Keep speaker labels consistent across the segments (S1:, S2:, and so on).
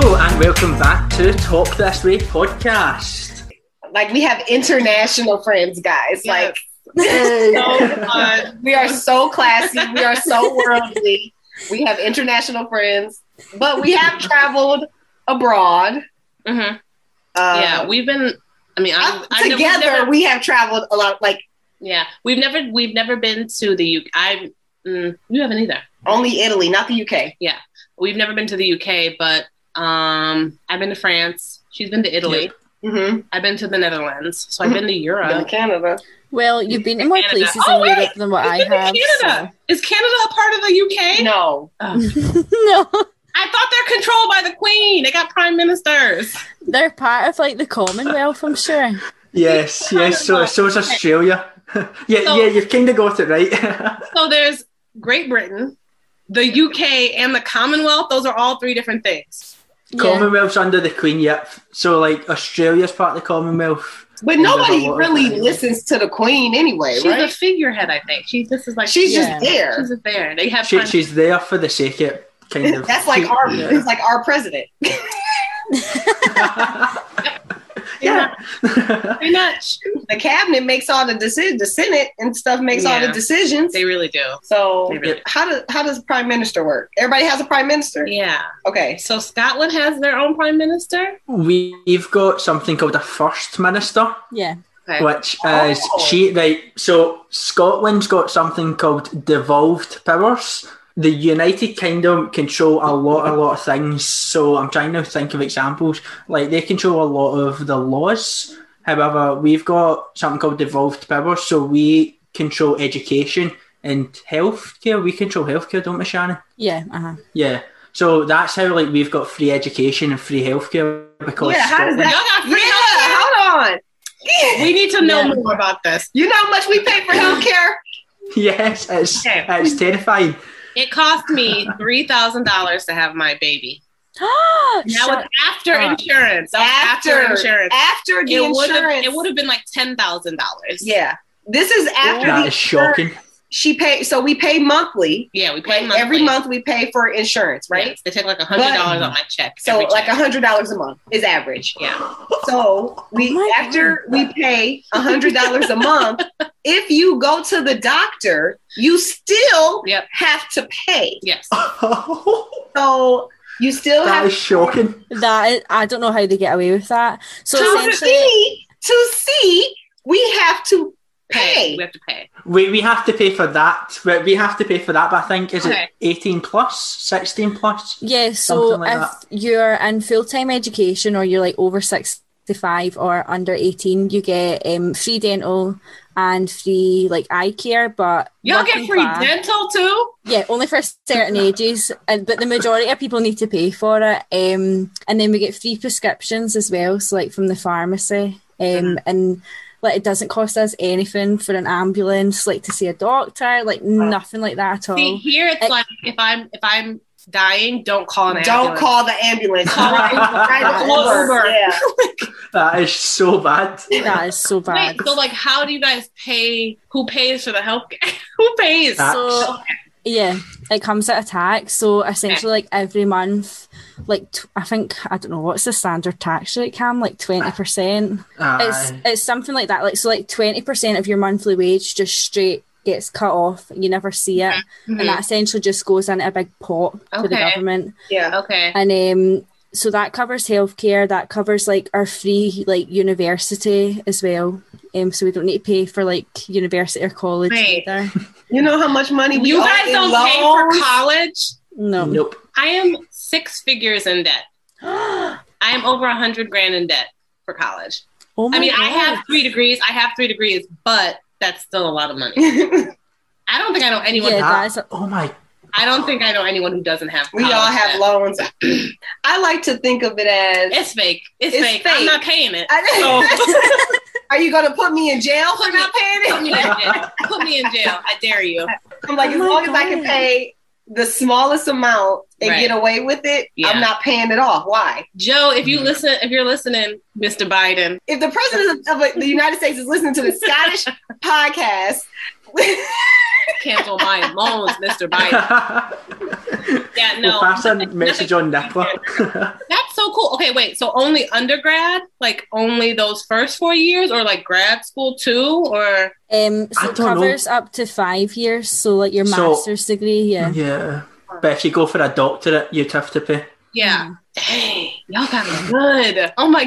S1: welcome back to Talk This Way podcast.
S2: Like we have international friends, guys. Like
S3: so fun.
S2: we are so classy, we are so worldly. We have international friends, but we have traveled abroad.
S3: Mhm.
S2: Uh,
S3: yeah, we've been. I mean, I,
S2: I'm-
S3: I know we've
S2: together
S3: never-
S2: we have traveled a lot. Like
S3: yeah, we've never we've never been to the UK. I mm, you haven't either.
S2: only Italy, not the UK.
S3: We've never been to the UK, but um, I've been to France. She's been to Italy.
S2: Mm-hmm.
S3: I've been to the Netherlands. So I've been to Europe.
S2: Canada.
S4: Well, you've been in more
S3: Canada.
S4: places
S3: Oh,
S4: in
S3: wait!
S4: Europe than what I
S3: You've been
S4: have.
S3: to Canada. Is Canada a part of the UK?
S2: No,
S3: Oh,
S4: so- no,
S3: I thought they're controlled by the Queen. They got prime ministers.
S4: they're part of like the Commonwealth, I'm sure.
S1: Yes, yes. So so is Australia. yeah,
S3: So-
S1: yeah. You've kind of got it right.
S3: So there's Great Britain, the UK, and the Commonwealth. Those are all three different things.
S4: Yeah.
S1: Commonwealth's under the Queen. Yep. So like Australia's part of the Commonwealth.
S2: but
S1: There's a
S2: nobody
S1: lot of
S2: really
S1: that.
S2: listens to the Queen anyway,
S3: She's a
S2: right?
S3: figurehead, I think. She this is like
S2: she's
S4: Yeah.
S2: just there.
S3: She's a bear. They have
S1: She,
S3: fun.
S1: she's there for the sake of kind of.
S2: That's like our.
S1: Yeah.
S2: It's like our president.
S1: yeah.
S3: They're not. sh-
S2: the cabinet makes all the decisions. The Senate and stuff makes all
S3: Yeah.
S2: the decisions.
S3: They really do.
S2: so
S3: They really
S2: how does how does prime minister work? Everybody has a prime minister.
S3: Yeah.
S2: Okay,
S3: So Scotland has their own prime minister.
S1: We've got something called a First Minister,
S4: Yeah.
S3: Okay.
S1: which is
S2: Oh.
S1: she right. So Scotland's got something called devolved powers. The United Kingdom control a lot, a lot of things. So I'm trying to think of examples. Like they control a lot of the laws. However, we've got something called devolved powers. So we control education and healthcare. We control healthcare, don't we, Shannon?
S4: Yeah. Uh-huh.
S1: Yeah. So that's how like we've got free education and free healthcare because
S2: Yeah, how does
S3: Y'all
S1: Scotland-
S3: got
S2: yeah,
S3: free healthcare?
S2: hold on.
S3: We need to know
S4: Yeah.
S3: more about this.
S2: You know how much we pay for health care?
S1: Yes, it's
S3: Okay.
S1: it's terrifying.
S3: It cost me three thousand dollars to have my baby. That was
S4: Shut-
S3: after
S4: up.
S3: insurance. That was after insurance.
S2: After the
S3: It would have
S2: insurance.
S3: it would have been like ten thousand dollars.
S2: yeah. This is after
S1: That
S2: the
S1: is shocking.
S2: she paid so we pay monthly.
S3: yeah. We pay
S2: Right?
S3: monthly.
S2: Every month we pay for insurance, right?
S3: Yes, they take like a hundred dollars on my check.
S2: So
S3: every
S2: like a
S3: check.
S2: hundred dollars a month is average.
S3: yeah.
S2: So we
S4: Oh my
S2: after we pay a hundred dollars a month, if you go to the doctor, you still
S3: Yep.
S2: have to pay.
S3: Yes.
S2: So you still
S1: that
S2: have
S1: is shocking.
S4: That is, I don't know how they get away with that. So
S2: to
S4: essentially,
S2: see to see we have to
S3: Pay.
S2: pay.
S3: We have to pay.
S1: We we have to pay for that. We we have to pay for that. But I think is
S3: Okay.
S1: it eighteen plus, sixteen plus?
S4: yeah. So
S1: Something like
S4: if
S1: that.
S4: you're in full time education or you're like over sixty-five or under eighteen, you get um, free dental and free like eye care. But
S3: Y'all get
S4: working
S3: free
S4: class-
S3: dental too.
S4: Yeah, only for certain ages, and but the majority of people need to pay for it. Um, and then we get free prescriptions as well, so like from the pharmacy. Um,
S3: Mm-hmm.
S4: and like it doesn't cost us anything for an ambulance, like to see a doctor, like nothing like that at all.
S3: See here, it's
S2: eh,
S4: It-
S3: like if I'm if I'm dying, don't call an
S2: Don't
S3: ambulance.
S2: call the ambulance.
S3: Call
S2: Drive
S3: Call
S2: Uber.
S3: Uber.
S2: Yeah.
S1: That is so bad.
S4: that is so bad.
S3: Wait, so like, how do you guys pay? Who pays for the health? care? who pays?
S1: That-
S4: So yeah, it comes at a tax. So essentially, like every month, like t- I think I don't know what's the standard tax rate, Cam, like twenty percent. it's
S1: Aye.
S4: it's something like that. Like so, like twenty percent of your monthly wage just straight gets cut off. You never see it, and
S3: Mhm.
S4: that essentially just goes into a big pot to the
S3: Okay.
S4: government.
S2: yeah.
S3: Okay.
S4: And um, so that covers healthcare. That covers like our free like university as well. Um, so we don't need to pay for like university or college
S3: Wait.
S4: either.
S2: You know how much money we
S3: You
S2: owe
S3: guys
S2: in
S3: don't pay for
S2: loans?
S3: college.
S4: No.
S1: nope.
S3: I am six figures in debt. I am over a hundred grand in debt for college.
S4: Oh my
S3: I mean, I
S4: God.
S3: have three degrees. I have three degrees, but that's still a lot of money. I don't think I know anyone.
S4: Yeah, Um,
S1: That-
S4: that is a-
S1: oh my.
S3: I don't think I know anyone who doesn't have.
S2: we all
S3: college
S2: have
S3: debt.
S2: loans. I like to think of it as.
S3: It's fake. It's,
S2: It's
S3: fake.
S2: fake.
S3: I'm not paying it.
S2: I- Are you going to put me in jail for not
S3: Put
S2: paying
S3: me
S2: it?
S3: in jail. Put me in jail. I dare you.
S2: I'm like,
S4: Oh
S2: as
S4: my
S2: long as I can
S4: God.
S2: pay the smallest amount and
S3: Right.
S2: get away with it,
S3: Yeah.
S2: I'm not paying it off. Why?
S3: Joe, if you
S2: Mm-hmm.
S1: Mhm.
S3: listen, if you're listening, Mr. Biden,
S2: If the president of the United States is listening to the Scottish podcast,
S3: Cancel my loans, Mr. Biden. Yeah, no.
S1: we'll pass a
S3: nothing-
S1: message on Nicola.
S3: That's so cool. Okay, wait. So only undergrad, like only those first four years, or like grad school too, or
S1: I
S4: Um, so it
S1: don't know.
S4: covers up to five years. So like your
S1: So- Mm-hmm.
S4: master's degree, yeah.
S1: yeah. But if you go for a doctorate, you'd have to pay.
S3: yeah. Dang, y'all got me good. Oh my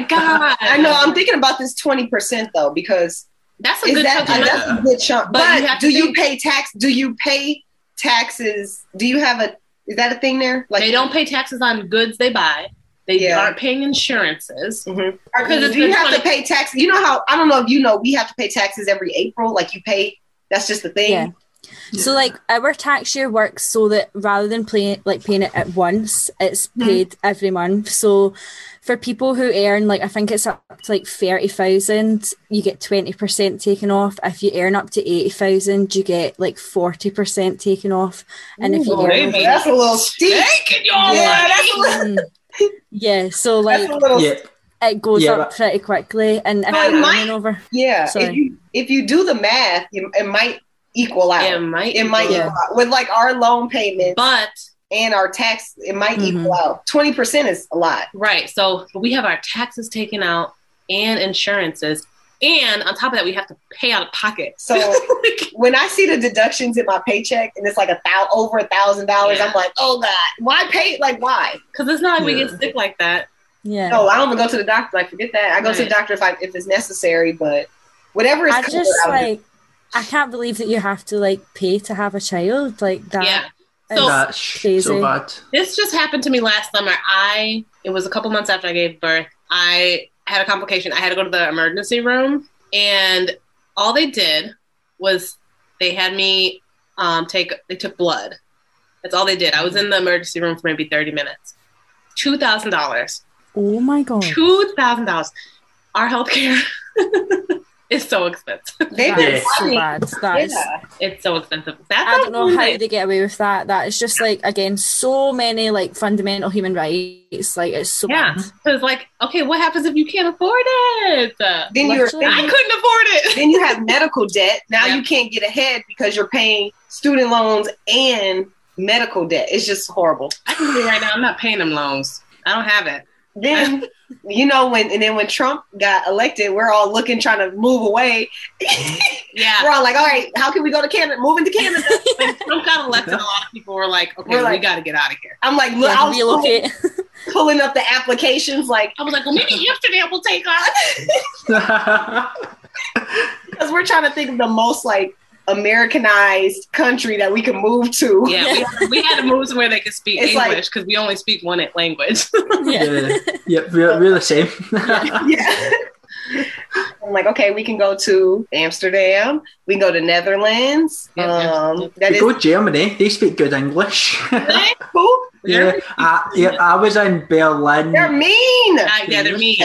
S2: Mm.
S3: god.
S2: I know. I'm thinking about this twenty percent though because
S3: That's a
S2: is
S3: good
S2: that,
S3: topic.
S2: that's a good chunk.
S3: But
S2: But,
S3: you have
S2: do
S3: to
S2: you
S3: think-
S2: pay tax? Do you pay taxes? Do you have a? Is that a thing there?
S3: They don't pay taxes on goods they buy. They
S2: Yeah.
S3: aren't paying insurances.
S2: Or
S3: Because it's
S2: do you
S3: been
S2: have
S3: 20
S2: to pay tax? You know how I don't know if you know we have to pay taxes every April. Like you pay. That's just the thing.
S4: Yeah. So like our tax year works so that rather than paying like paying it at once, it's
S3: Hmm.
S2: Mhm.
S4: paid every month. So for people who earn like I think it's up to like thirty thousand, you get twenty percent taken off. If you earn up to eighty thousand, you get like forty percent taken off. And if you
S3: Ooh,
S4: earn
S3: they
S4: over-
S3: be-
S2: That's a little steep.
S3: Taking your
S2: Yeah,
S3: money.
S2: that's a little.
S4: Mm. yeah, so like
S2: That's a little.
S1: Yeah.
S4: it goes
S1: Yeah,
S4: up pretty quickly, and if
S2: No, it
S4: you're
S2: might-
S4: earning over,
S2: Yeah.
S4: Sorry.
S2: If you, if you do the math, you, it might equal out.
S3: It might.
S2: It might
S4: Yeah.
S2: equal out. with like our loan payments
S3: But
S2: and our tax. It might
S4: Mhm.
S2: equal out. Twenty percent is a lot.
S3: right, so we have our taxes taken out and insurances, and on top of that, we have to pay out of pocket.
S2: So when I see the deductions in my paycheck and it's like a thou over a thousand dollars,
S3: Yeah.
S2: I'm like, oh god, why pay? Like why?
S3: Because it's not like we
S1: Yeah.
S3: get sick like that.
S4: yeah.
S2: No, Oh, I don't even go to the doctor. Like forget that. I go to the
S3: Right.
S2: doctor if I if it's necessary, but whatever is
S4: I
S2: covered,
S4: just
S2: I'll do.
S4: like I can't believe that you have to like pay to have a child like that.
S3: Yeah.
S4: is
S3: So-
S1: That's
S4: crazy.
S1: so bad.
S3: This just happened to me last summer. I it was a couple months after I gave birth. I had a complication. I had to go to the emergency room, and all they did was they had me um, take they took blood. That's all they did. I was in the emergency room for maybe thirty minutes. Two thousand dollars.
S4: oh my god.
S3: Two thousand dollars. Our healthcare is so expensive.
S2: They've
S4: That
S1: been
S4: is so
S2: funny.
S4: bad. That is-
S2: Yeah.
S3: It's so expensive. That's
S4: I don't know how they get away with that. That is just like again so many like fundamental human rights. Like it's so
S3: Yeah.
S4: bad.
S3: Because like, okay, what happens if you can't afford it?
S2: Then you're
S4: Luckily-
S3: I couldn't afford it.
S2: then you have medical debt. Now
S3: Yeah.
S2: you can't get ahead because you're paying student loans and medical debt. It's just horrible.
S3: I can tell you right now, I'm not paying them loans. I don't have it.
S2: Then you know when and then when Trump got elected, we're all looking trying to move away.
S3: Yeah.
S2: We're all like, all right, how can we go to Canada? Moving to Canada.
S3: When Trump got elected, a lot of people were like, okay,
S2: We're like-
S3: we got to get out of here.
S2: I'm like, look,
S4: Like,
S2: I was
S4: relocate.
S2: pull- pulling up the applications like
S3: I was like, well, maybe Amsterdam will take us.
S2: because we're trying to think of the most like Americanized country that we can move to.
S3: Yeah, we had, we had to move to where they could speak
S2: It's like-
S3: English because we only speak one language.
S4: yeah.
S1: yeah. Yep, we're, we're the same.
S2: yeah. I'm like, okay, we can go to Amsterdam. We can go to Netherlands.
S3: Yeah,
S2: Um, that
S1: we
S2: is
S1: go Germany, they speak good English.
S2: cool.
S1: yeah. I, yeah, I was in Berlin.
S2: They're
S3: Mm-hmm.
S2: mean.
S3: I gather me.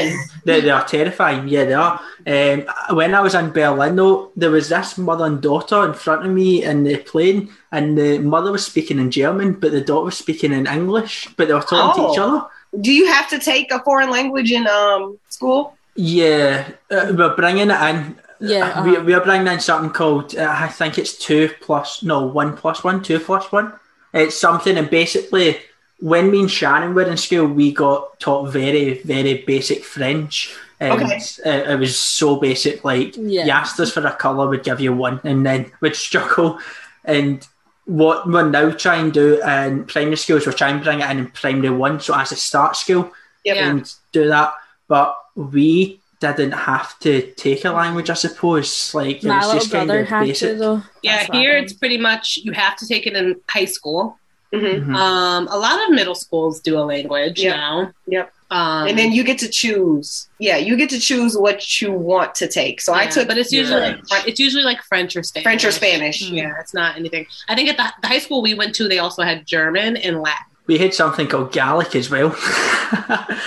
S1: They, they are terrifying. Yeah, they are. Um, when I was in Berlin, though, there was this mother and daughter in front of me in the plane, and the mother was speaking in German, but the daughter was speaking in English, but they were talking to each
S2: Oh.
S1: other.
S2: Do you have to take a foreign language in um school?
S1: Yeah, uh, we're bringing it in.
S4: Yeah,
S1: Uh, we,
S4: uh-huh.
S1: we're bringing in something called, uh, I think it's two plus, no, one plus one, two plus one. It's something, and basically, when me and Shannon were in school, we got taught very, very basic French. And
S2: Okay.
S1: uh, it was so basic, like,
S4: Yeah.
S1: you asked us for a colour, we'd give you one, and then we'd struggle. And what we're now trying to do in primary schools, we're trying to bring it in in primary one, so as a start school
S2: Yep.
S3: Yeah.
S1: and do that. But we didn't have to take a language, I suppose. Like it
S4: My
S1: was
S4: little
S1: just kind
S4: brother
S1: of
S4: had to
S1: basic.
S4: though.
S3: Yeah,
S4: That's what
S3: here
S4: happened.
S3: it's pretty much you have to take it in high school.
S2: Mhm.
S4: Uh,
S1: Mhm.
S3: Um, a lot of middle schools do a language
S2: Yep.
S3: now.
S2: Yep.
S3: Um,
S2: and then you get to choose. Yeah, you get to choose what you want to take. So I
S3: Yeah,
S2: took
S3: but it's usually
S2: French.
S3: like, Fr- it's usually like French or Spanish.
S2: French or Spanish.
S4: Mm.
S3: Yeah, it's not anything. I think at the, the high school we went to, they also had German and Latin.
S1: We had something called Gaelic as well.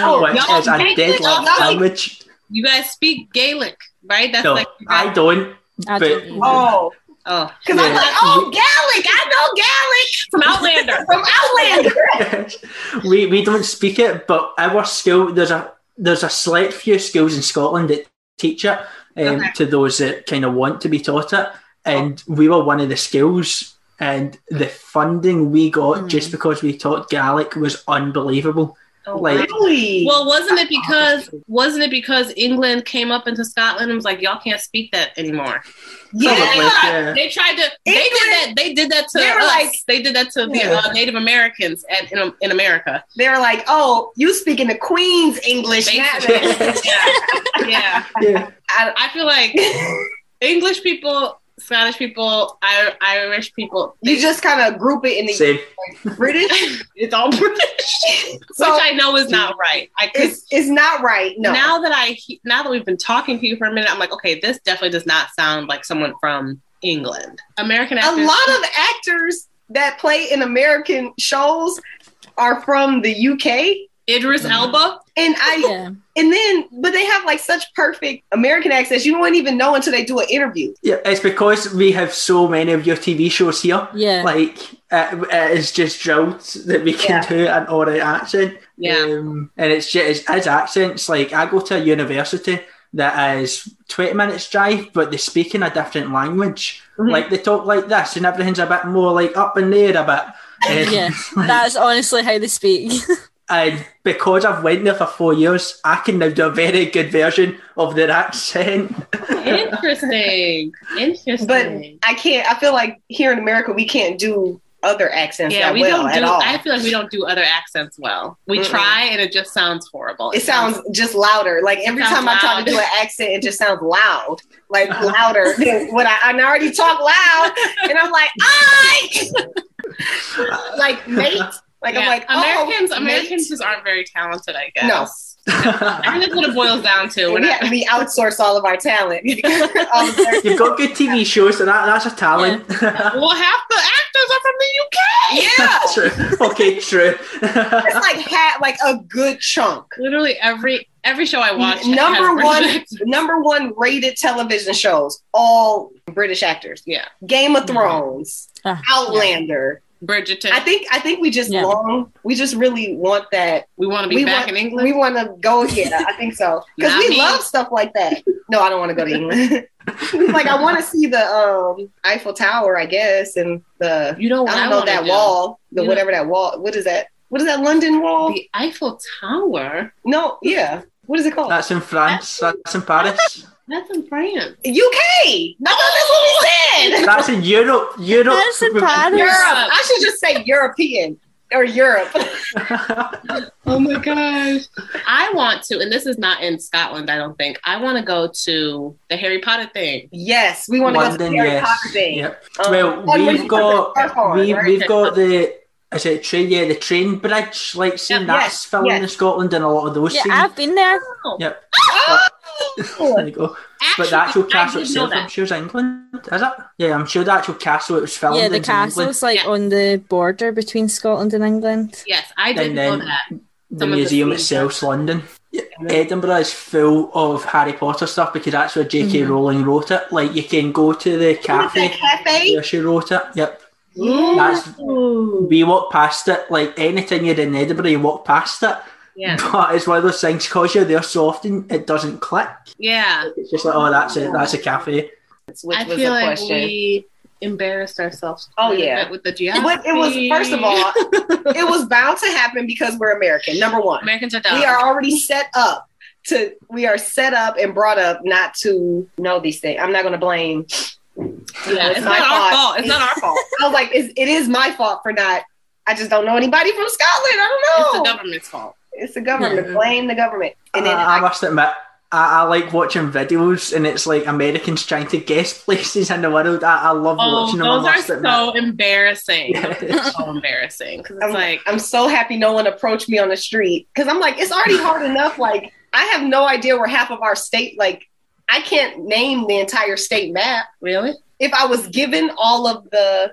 S2: Oh,
S1: which
S3: y'all
S1: is a
S3: make
S1: dead
S3: this up.
S1: language.
S3: You guys speak Gaelic, right? That's
S1: No,
S3: like
S1: I don't.
S4: I
S1: But-
S4: don't know.
S2: Oh,
S3: oh,
S2: because I'm
S1: Yeah.
S2: like, oh, Gaelic. I
S3: from Outlander.
S2: know Gaelic from Outlander.
S1: we we don't speak it, but our school there's a there's a select few schools in Scotland that teach it um,
S3: Okay.
S1: to those that kind of want to be taught it. and we were one of the skills and the funding we got
S3: Mhm.
S1: just because we taught Gaelic was unbelievable.
S3: Oh,
S1: Like-
S3: wow.
S2: Really?
S3: Well, wasn't it because wasn't it because England came up into Scotland and was like, y'all can't speak that anymore?
S2: yeah.
S1: Probably, yeah.
S3: They tried to. They did that. They did that to
S2: They were
S3: us.
S2: like-
S3: they did that to the
S2: Yeah.
S3: uh, Native Americans at, in, in America.
S2: They were like, "Oh, you speaking the Queen's English now?"
S3: Basically. yeah. yeah.
S1: Yeah.
S3: I, I feel like English people, Scottish people, I, Irish people.
S2: You just kind of group it in the
S1: Same.
S2: British.
S3: it's all British,
S2: So
S3: which I know is not right. I could.
S2: it's it's not right. No.
S3: Now that I he- now that we've been talking to you for a minute, I'm like, okay, this definitely does not sound like someone from England. American
S2: a
S3: actors.
S2: lot of actors that play in American shows are from the UK.
S3: Idris
S1: Mhm.
S3: Elba.
S2: And I
S4: Yeah.
S2: and then but they have like such perfect American accents you wouldn't even know until they do an interview.
S1: Yeah, it's because we have so many of your TV shows here.
S4: Yeah.
S1: Like it, it is just drilled that we can
S2: Yeah.
S1: do an alright accent.
S3: Yeah.
S1: um, and it's just it's, it's accents. Like I go to a university that is twenty minutes drive, but they speak in a different language.
S4: Mm-hmm.
S2: Mhm.
S1: Like they talk like this, and everything's a bit more like up in there a bit. And,
S4: Yeah.
S1: like,
S4: That's honestly how they speak.
S1: and because I've went there for four years, I can now do a very good version of their accent.
S3: Interesting. Interesting.
S2: But I can't I feel like here in America we can't do other accents
S3: yeah,
S2: that
S3: we
S2: well
S3: don't
S2: at
S3: do.
S2: all.
S3: I feel like we don't do other accents well. We
S2: Mm-mm.
S3: try, and it just sounds horrible.
S2: it sounds just louder. Like every
S3: sounds
S2: time I try
S3: loud. Uh-huh.
S2: to do an accent, it just sounds loud, like louder than what I, and I already talk loud, and I'm like, I like mate, like I'm
S3: Yeah.
S2: like oh,
S3: Americans.
S2: mate.
S3: Americans just aren't very talented. I guess.
S2: No.
S3: I think that's what it boils down to. We're
S2: We,
S3: not.
S2: have- we outsource all of our talent. All of their-
S1: You've got good TV shows, so that, that's a talent.
S3: Well, half the actors are from the UK.
S2: yeah,
S1: true. Okay, true.
S2: it's like hat, like a good chunk.
S3: Literally every every show I watch.
S2: number
S3: has British
S2: one,
S3: actors.
S2: number one rated television shows, all British actors.
S3: Yeah. Mm-hmm.
S2: Game of Thrones,
S4: Ah,
S2: Outlander.
S3: Bridgerton.
S2: I think I think we just
S4: Yeah.
S2: long we just really want that.
S3: we want to be
S2: we
S3: back
S2: want,
S3: in England.
S2: We want to go here. I think so because
S3: Not
S2: we
S3: me.
S2: love stuff like that. No, I don't want to go to England. like I want to see the um, Eiffel Tower, I guess, and the
S3: you know what
S2: I don't
S3: Oh, I
S2: know
S3: wanna
S2: that
S3: do?
S2: wall, the
S3: You know-
S2: whatever that wall. What is that? What is that London wall?
S3: The Eiffel Tower.
S2: no, yeah. What is it called?
S1: That's in France. That's in Paris.
S3: That's in France.
S2: UK. No, that's what we said.
S1: That's in Europe. Europe.
S4: That's in Paris.
S2: Europe. I should just say European or Europe.
S3: Oh my gosh. I want to, and this is not in Scotland, I don't think. I want to go to the Harry Potter thing.
S2: yes, we want to go to
S1: London,
S2: the Harry
S1: yes.
S2: Potter thing.
S1: Yep.
S2: Um,
S1: Well,
S2: oh, you
S1: we've
S2: put the
S1: got
S2: scarf on,
S1: we,
S2: right?
S1: we've got the is it train? Yeah, the train bridge. Like seeing
S3: Yep,
S1: that's
S2: yes,
S1: filming
S2: yes.
S1: in Scotland and a lot of those
S4: yeah,
S1: scenes.
S4: I've been there.
S3: Oh,
S1: Yep. there
S2: Oh,
S1: you go.
S3: actually,
S1: But the actual
S3: I
S1: castle
S3: did know
S1: itself, I'm
S3: that.
S1: sure, is England. Is it? Yeah, I'm sure the actual castle it was filmed.
S4: Yeah,
S1: in
S4: the
S1: is in England.
S4: castle's like
S3: Yeah.
S4: on the border between Scotland and England.
S3: Yes, I did
S1: And
S3: know
S1: then-
S3: that.
S1: The
S3: Some of the
S1: museum
S3: scenes are-
S1: itself's London. Edinburgh is full of Harry Potter stuff because that's where J.K.
S4: Mhm.
S1: Rowling wrote it. Like you can go to the
S2: cafe.
S1: cafe
S2: cafe?
S1: where she wrote it. Yep.
S2: Yeah.
S1: That's we walk past it like anything you're in Edinburgh, you walk past it.
S3: Yeah.
S1: But it's one of those things because you're there so often, it doesn't click.
S3: Yeah.
S1: It's just like, oh, that's it, that's a cafe.
S2: Which
S3: I
S2: was
S3: feel
S2: a
S3: like
S2: question.
S3: we embarrassed ourselves.
S2: Oh,
S3: quite a
S2: yeah.
S3: bit With the geography.
S2: but it was first of all, it was bound to happen because we're American. Number one,
S3: Americans are dumb.
S2: we are already set up to. We are set up and brought up not to know these things. I'm not going to blame. you know,
S3: Yeah, it's, not our fault. It's not our fault.
S2: I was like, it's, it is my fault for not. I just don't know anybody from Scotland. I
S3: It's
S2: don't know.
S3: the government's fault.
S2: It's the government.
S1: Yeah. Uh,
S2: Blame the government. And then
S1: I, I
S2: I,
S1: must admit, I, I like watching videos and it's like Americans trying to guess places in the world. I, I love
S3: Oh,
S1: watching them. I
S3: those are
S1: must admit.
S3: so embarrassing.
S1: Yes.
S3: so embarrassing. 'Cause
S2: I'm
S3: it's like,
S2: I'm so happy no one approached me on the street because I'm like, it's already hard enough. Like I have no idea where half of our state. Like I can't name the entire state map.
S3: really?
S2: If I was given all of the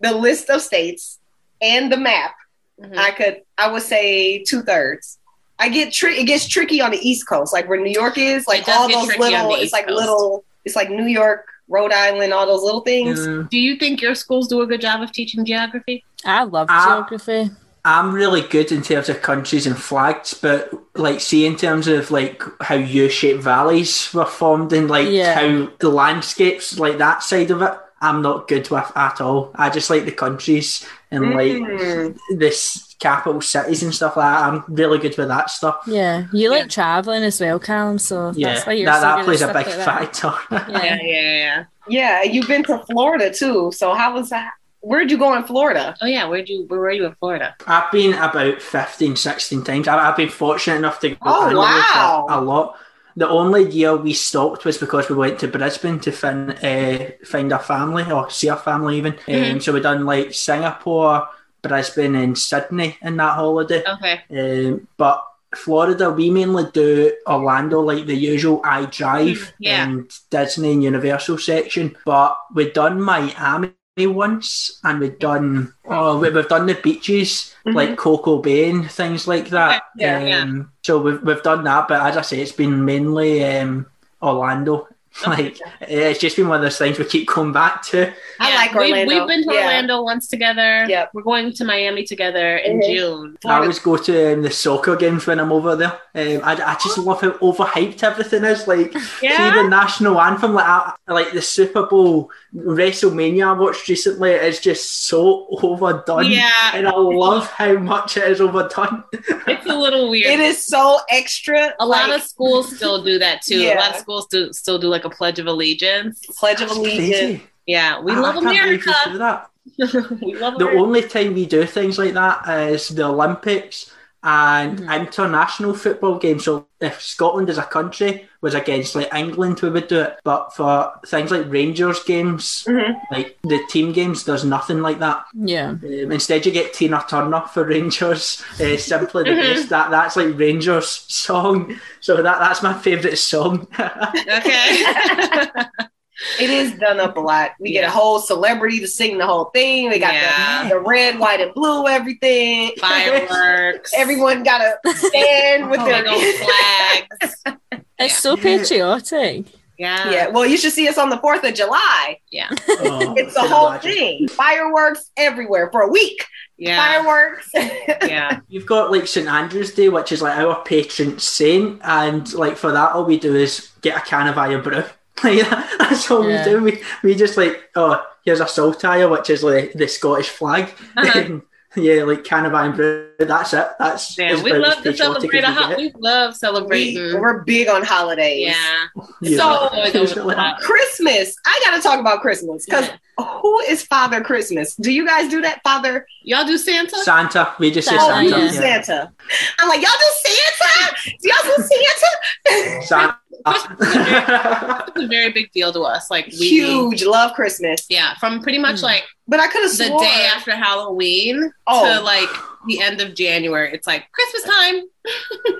S2: the list of states and the map,
S3: Mhm.
S2: I could. I would say two thirds. I get tri- it gets tricky on the East Coast, like where New York is. Like
S3: does
S2: all
S3: get
S2: those
S3: tricky on
S2: little.
S3: the
S2: It's
S3: East
S2: like
S3: Coast.
S2: little. It's like New York, Rhode Island, all those little things.
S1: Mm.
S3: Do you think your schools do a good job of teaching geography?
S4: I love
S1: Ah.
S4: geography.
S1: I'm really good in terms of countries and flags, but like, see, in terms of like how U-shaped valleys were formed and like
S4: Yeah.
S1: how the landscapes, like that side of it, I'm not good with at all. I just like the countries and like
S3: Hmm.
S2: Mm.
S1: this capital cities and stuff like that. I'm really good with that stuff.
S4: Yeah, you
S3: Yeah.
S4: like traveling as well, Callum. So
S1: Yeah,
S4: that's why you're
S1: that,
S4: so
S1: that
S4: good at
S1: plays a
S4: stuff
S1: big
S4: like that.
S1: factor.
S3: Yeah,
S4: Yeah.
S3: yeah, yeah, yeah.
S2: Yeah, you've been to Florida too. So how was that? Where'd you go in Florida?
S3: Oh yeah, where'd you where were you in Florida?
S1: I've been about 15, 16 times. I've, I've been fortunate enough to go
S2: Oh,
S1: annually
S2: wow.
S1: for a lot. The only year we stopped was because we went to Brisbane to fin- uh, find our family or see our family even. Um,
S4: Mm-hmm.
S3: Mhm.
S1: so we done like Singapore, Brisbane, and Sydney in that holiday.
S3: Okay.
S1: Um, but Florida, we mainly do Orlando like the usual I Drive
S3: Mm, Yeah.
S1: and Disney and Universal section. But we've done Miami once and we've done oh we- we've done the beaches Mm-hmm. like Coco Bay and things like that.
S2: Yeah,
S1: um,
S3: Mm-hmm. Uh, yeah.
S1: So we've we've done that, but as I say, it's been mainly um, Orlando.
S3: Oh,
S1: Like it's just been one of those things we keep coming back to.
S2: I
S3: Yeah,
S2: like Orlando.
S3: We, we've been to
S2: Yeah.
S3: Orlando once together.
S2: Yep.
S3: We're going to Miami together in
S2: Mhm.
S3: June.
S1: I
S2: Florida.
S1: always go to um, the soccer games when I'm over there. Um, I, I just love how overhyped everything is. Like, see the national anthem, like I, like the Super Bowl, WrestleMania I watched recently. It's just so overdone,
S3: Yeah.
S1: and I love how much it is overdone.
S3: It's a little weird.
S2: It is so extra.
S3: a lot
S2: like,
S3: of schools still do that too.
S2: Yeah.
S3: A lot of schools do still do like a pledge of allegiance.
S2: Pledge of
S1: It's
S2: Allegiance.
S1: crazy.
S3: Yeah, Oh, we
S1: I- I
S3: love
S1: can't believe
S3: America.
S1: we do that.
S3: we love
S1: The
S3: America.
S1: only time we do things like that is the Olympics and
S3: Mm-hmm.
S1: international football games. So if Scotland as a country was against like England, we would do it. But for things like Rangers games,
S2: Mhm.
S3: Mm-hmm.
S1: like the team games, there's nothing like that.
S4: Yeah.
S1: Um, instead, you get Tina Turner for Rangers. Uh, simply the
S3: Mhm.
S1: best. That that's like Rangers song. So that that's my favourite song.
S3: Okay.
S2: It is done up a lot. We get
S3: Yeah.
S2: a whole celebrity to sing the whole thing. They got
S3: Yeah.
S2: the, the red, white, and blue, everything.
S3: Fireworks. Oh,
S2: Everyone got a stand with
S3: big
S2: their.
S3: old flags.
S4: It's so patriotic.
S3: Yeah.
S2: Yeah, well, you should see us on the 4th of July.
S1: Oh,
S2: It's the
S1: can
S2: whole
S1: imagine.
S2: thing. Fireworks everywhere for a week.
S3: Yeah.
S2: Fireworks.
S3: yeah.
S1: You've got like St Andrew's Day, which is like our patron saint, and like for that, all we do is get a can of iron brew. Like, that's all
S4: Yeah.
S1: we do. We, we just like oh here's a saltire, which is like the Scottish flag.
S3: Uh-huh.
S1: yeah, like can of iron brew. That's it. That's
S3: Man,
S1: as
S3: we
S1: about
S3: love
S1: as
S3: to
S1: patriotic
S3: celebrate a
S1: as we
S3: hot.
S1: get.
S3: We love
S2: we,
S3: celebrating.
S2: we're big on holidays.
S3: Yeah.
S1: Yeah.
S2: So-
S3: Always over the top.
S2: Christmas. I got to talk about Christmas because who is Father Christmas? Do you guys do that, Father?
S3: Y'all do Santa?
S1: Santa. We just say
S4: Santa,
S2: Oh, we
S1: Santa.
S2: do
S4: yeah.
S2: Santa. I'm like, y'all do Santa? Do y'all do Santa?
S1: yeah. Santa.
S3: It's a very big deal to us. Like we
S2: Huge. Hmm. Love Christmas.
S3: Yeah, from pretty much
S4: Mm.
S3: like
S2: But I could have
S3: the
S2: sworn.
S3: day after Halloween to
S2: Oh,
S3: like the end of January. It's like Christmas time.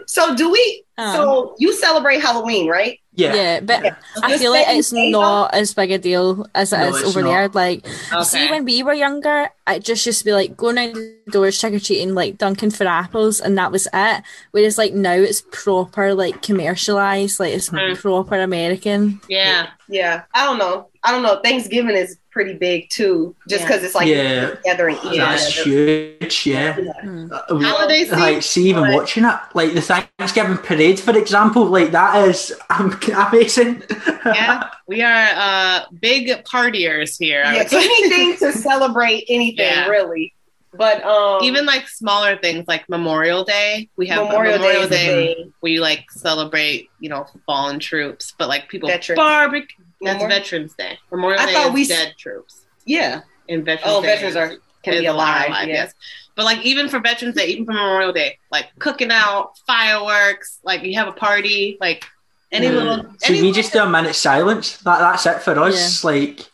S2: so do we?
S4: Um,
S2: so you celebrate Halloween, right?
S1: yeah.
S4: yeah. but I
S2: The
S4: feel like
S2: same
S4: it's
S2: day,
S4: not as big a deal as it
S1: No,
S4: is
S1: it's
S4: over
S1: not.
S4: there. Like,
S3: Okay.
S4: see, when we were younger, it just used to be like going out the doors, trick or treating, like Dunkin' for apples, and that was it. Whereas, like now, it's proper, like commercialized, like it's
S3: Mhm.
S4: proper American.
S3: yeah.
S2: Yeah. I don't know. I don't know. Thanksgiving is pretty big too, just
S4: Yeah.
S2: because it's like
S1: yeah.
S2: together and eating.
S1: That's
S2: together.
S1: huge. Yeah.
S4: Mm.
S1: Uh, we-
S3: Holiday season.
S1: like see even
S2: Right.
S1: watching it like the Thanksgiving parade for example like that is um, amazing
S3: Yeah. We are uh big partiers here. I
S2: Yeah,
S3: would say.
S2: anything to celebrate anything
S3: Yeah.
S2: really. But um
S3: Even like smaller things like Memorial Day. We have
S2: Memorial,
S3: Memorial, Memorial
S2: Day,
S3: Day,
S2: is a thing.
S3: where you like celebrate, you know, fallen troops, but like people
S2: Veterans.
S3: barbecue. That's
S2: Memorial-
S3: Veterans Day. Memorial
S2: I
S3: Day
S2: thought
S3: is
S2: we s-
S3: dead troops.
S2: Yeah.
S3: And Veterans
S2: Oh,
S3: Day
S2: veterans
S3: is-
S2: are can
S3: is
S2: be
S3: alive,
S2: alive. yes.
S3: But like even for Veterans Day, even for Memorial Day, like cooking out, fireworks, like you have a party, like any
S2: Mm.
S1: Yeah.
S3: little
S1: so
S3: any
S1: we just do a minute silence that, that's it for us like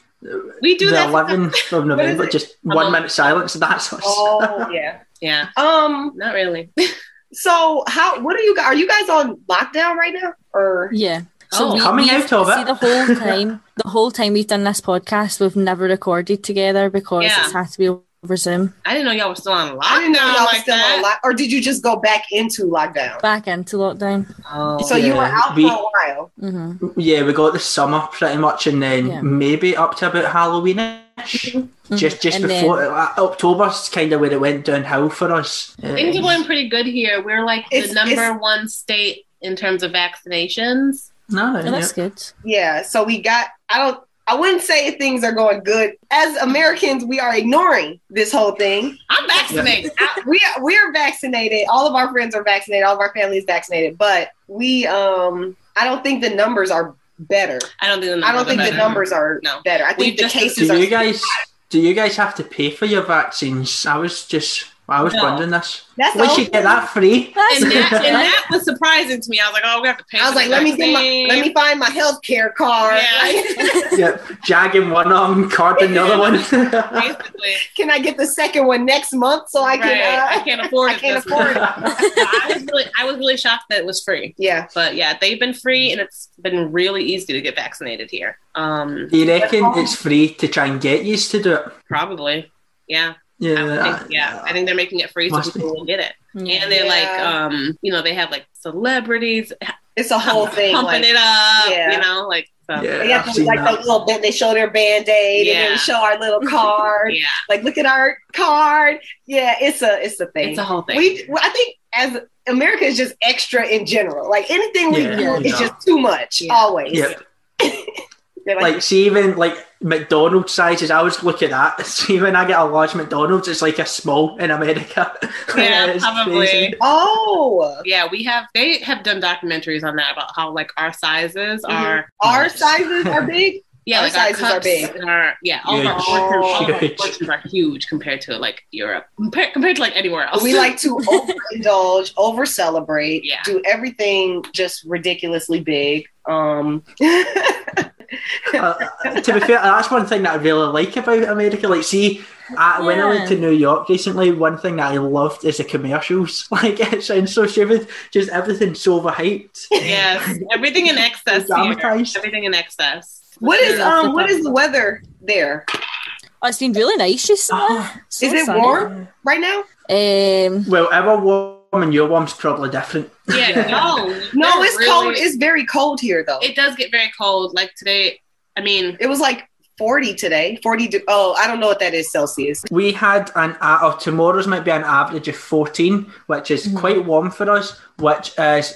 S3: we do
S1: the
S3: that.
S1: 11th of November
S2: it?
S1: just
S3: A
S1: one
S3: month.
S1: minute silence that's us
S2: Oh yeah.
S3: yeah.
S2: Um.
S3: Not really.
S2: So how? What are you? Are you guys on lockdown right now? Or
S4: Yeah.
S3: Oh.
S1: Coming
S4: we've-
S1: out of
S4: see,
S1: it.
S4: the whole time, the whole time we've done this podcast, we've never recorded together because
S3: Yeah.
S4: it's had to be over Zoom.
S3: I didn't know y'all were still on
S2: I didn't
S3: lockdown
S2: know y'all were
S3: like
S2: still on
S3: that.
S2: lock. Or did you just go back into lockdown?
S4: Back into lockdown.
S3: oh.
S2: So you were
S1: Yeah,
S2: out
S1: we-
S2: for a while.
S4: hmm
S1: yeah we got the summer pretty much and then
S4: Yeah.
S1: maybe up to about Halloween Just just
S4: Mm-hmm. And then-
S1: before uh, October's kind of where it went downhill for us. Uh,
S3: Things are going pretty good here. We're like the
S2: It's-
S3: number
S2: it's-
S3: one state in terms of vaccinations.
S1: no,
S4: Oh, that's
S1: yeah.
S4: good.
S2: Yeah, so we got I don't I wouldn't say things are going good. As Americans, we are ignoring this whole thing.
S3: I'm vaccinated.
S2: I, we are, we are vaccinated. All of our friends are vaccinated. All of our family is vaccinated. But we, um, I don't think the numbers are better.
S3: I don't think the numbers
S2: I don't think
S3: are
S2: the
S3: better.
S2: numbers are
S3: No.
S2: better. I
S3: We
S2: think the
S3: just-
S2: cases
S1: Do
S2: are.
S1: you guys do you guys have to pay for your vaccines? I was just I was
S3: No.
S1: wondering this.
S2: that's the
S1: We
S2: whole
S1: should get that free.
S4: That's
S3: And
S4: good.
S3: that, and that was surprising to me. I was like, oh, we have to pay.
S2: I was
S3: for
S2: like,
S3: the
S2: let me get my,
S3: vaccine.
S2: let me find my health care card.
S3: Yeah.
S2: Like,
S1: yep, jagging one arm, carding the other one.
S3: Basically,
S2: can I get the second one next month so I can?
S3: right, I
S2: Uh,
S3: can't afford
S2: I
S3: it.
S2: can't
S3: this
S2: afford
S3: month. I was really, I was really shocked that it was free.
S2: yeah,
S3: But yeah, they've been free, and it's been really easy to get vaccinated here. Um,
S1: do you reckon it's free to try and get used to do it?
S3: probably, yeah, I would
S1: Yeah,
S3: think, yeah. I think they're making it free so
S1: Must be.
S3: people will get it,
S4: Yeah.
S3: and they're like,
S2: Yeah.
S3: um, you know, they have like celebrities
S2: it's a whole thing.
S3: pumping
S2: Like,
S3: it up,
S2: yeah.
S3: you know, like so, yeah.
S1: yeah,
S2: they got
S1: I've
S2: the,
S1: seen
S2: like the
S1: that.
S2: little bit. They show their band aid and
S3: Yeah.
S2: then show our little card. Like, look at our card. Yeah, it's a it's a thing.
S3: it's a whole thing.
S2: We, well, I think as America is just extra in general. Like anything we
S1: Yeah,
S2: do is
S1: yeah.
S2: just too much.
S3: Yeah.
S2: Always.
S1: Yep.
S2: They're like,
S1: Like see even like McDonald's sizes, I always look at that. See when I get a large McDonald's, it's like a small in America.
S3: yeah,
S1: It's
S3: probably.
S1: crazy.
S2: oh,
S3: Yeah, we have. They have done documentaries on that about how like our sizes
S2: Mm-hmm.
S3: are.
S2: our sizes are big.
S3: Yeah,
S2: Our
S3: like
S2: sizes
S3: our
S2: are
S3: cups
S2: big.
S3: and our- yeah, all of our
S1: Huge.
S3: portions, all of our
S1: Huge.
S3: portions are huge compared to like Europe, compared, compared to like anywhere else.
S2: We like to overindulge, over celebrate,
S3: Yeah.
S2: do everything just ridiculously big. Um,
S1: Uh, to be fair, that's one thing that I really like about America. Like, see, I, when I went to
S4: Yeah.
S1: New York recently, one thing that I loved is the commercials. Like, it sounds so stupid, just everything's so overhyped.
S3: yes, everything in excess. here.
S1: Dramatized.
S3: Everything in excess.
S2: what is
S4: Yeah.
S2: um, what is the weather there
S4: Oh, it's been really nice recently.
S1: Oh,
S4: So
S2: Is it
S4: sunny.
S2: warm? right now?
S4: Um,
S1: well, our warm and your warm's probably different.
S3: Yeah, no,
S2: No,
S3: they're
S2: it's
S3: really-
S2: cold. It's very cold here though.
S3: it does get very cold. Like today, I mean,
S2: It was like 40 today. 40 de- oh, I don't know what that is Celsius.
S1: We had an, uh, or tomorrow's might be an average of 14, which is
S4: Mm.
S1: quite warm for us, which is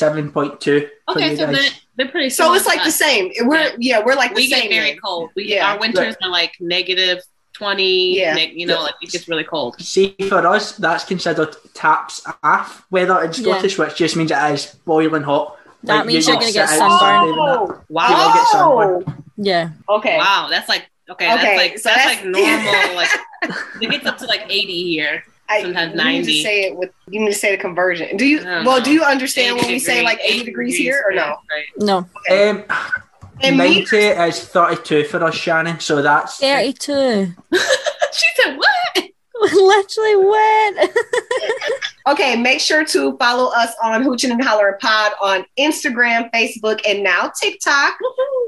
S1: 57.2. for
S3: okay,
S1: you
S3: so
S1: guys.
S3: they're, they're pretty.
S2: So
S3: similar
S2: it's like
S3: to
S2: the
S3: us.
S2: same. We're yeah, we're like
S3: We
S2: the
S3: get
S2: same.
S3: very
S2: then.
S3: cold. We
S2: Yeah.
S3: our winters are like negative twenty.
S2: Yeah.
S3: neg- you know,
S1: Yeah.
S3: like it gets really cold.
S1: See, for us, that's considered taps aff weather in
S4: Yeah.
S1: Scottish, which just means it is boiling hot.
S4: That means you're
S1: not
S4: gonna get
S1: sit outside
S4: sunburn.
S1: doing that.
S2: Oh,
S3: Wow.
S1: You will get sunburn.
S4: yeah.
S2: okay.
S3: Wow, that's like okay,
S2: Okay,
S3: that's like
S2: so
S3: that's,
S2: that's-
S3: like normal. like it gets up to like eighty here.
S2: I-
S3: sometimes
S2: You need
S3: 90.
S2: to say it with. You need to say the conversion. Do you?
S3: Oh, I don't
S2: Well,
S3: know.
S2: do you understand
S3: 80
S2: when we say like 80 degrees, here or no?
S3: Right.
S4: No.
S1: Um,
S2: And
S1: 90
S2: meters,
S1: is 32 for us, Shannon, so that's.
S4: 32.
S3: she said what?
S4: Literally went.
S2: okay, make sure to follow us on Hoochin and Holler Pod on Instagram, Facebook, and now TikTok.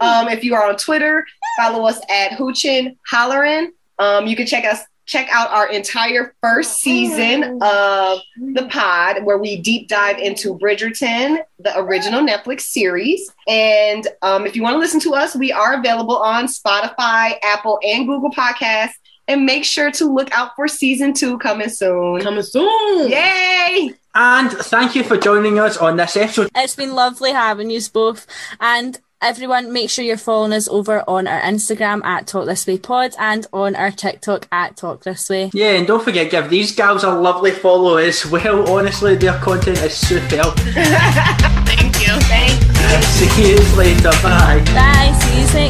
S2: Um, if you are on Twitter, follow us at Hoochin Hollerin. Um, you can check us check out our entire first season of the pod where we deep dive into Bridgerton, the original Netflix series. And um, if you want to listen to us, we are available on Spotify, Apple, and Google Podcasts. And make sure to look out for season two coming soon.
S3: Coming soon.
S2: Yay!
S1: And thank you for joining us on this episode.
S4: It's been lovely having you both. And everyone, make sure you're following us over on our Instagram at Talk This Way Pod and on our TikTok at Talk This Way.
S1: Yeah, and don't forget, give these gals a lovely follow as well. Honestly, their content is superb.
S3: Thank you.
S1: See you later. Bye.
S4: Bye. See you soon.